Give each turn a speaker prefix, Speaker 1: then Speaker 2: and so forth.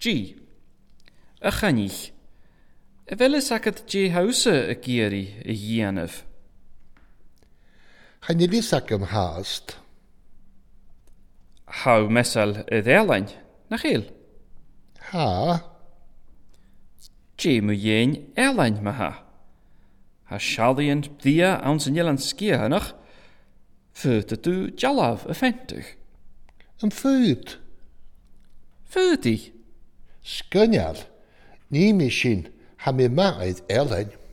Speaker 1: G. Ychanich. Efelys ac at G hawsa y geri y gianaf.
Speaker 2: Hanilys ac ym hast.
Speaker 1: Haw mesal y ddelain. Na chael.
Speaker 2: Ha.
Speaker 1: G mw iein elain ma ha. Ha sialian ddia awn sy'n ielan sgia hynach. Fyrt ydw jalaf y ffentych.
Speaker 2: Yn ffyd.
Speaker 1: Fyrdi.
Speaker 2: Sgynial. Ni mi sy'n ham yma oedd Elen.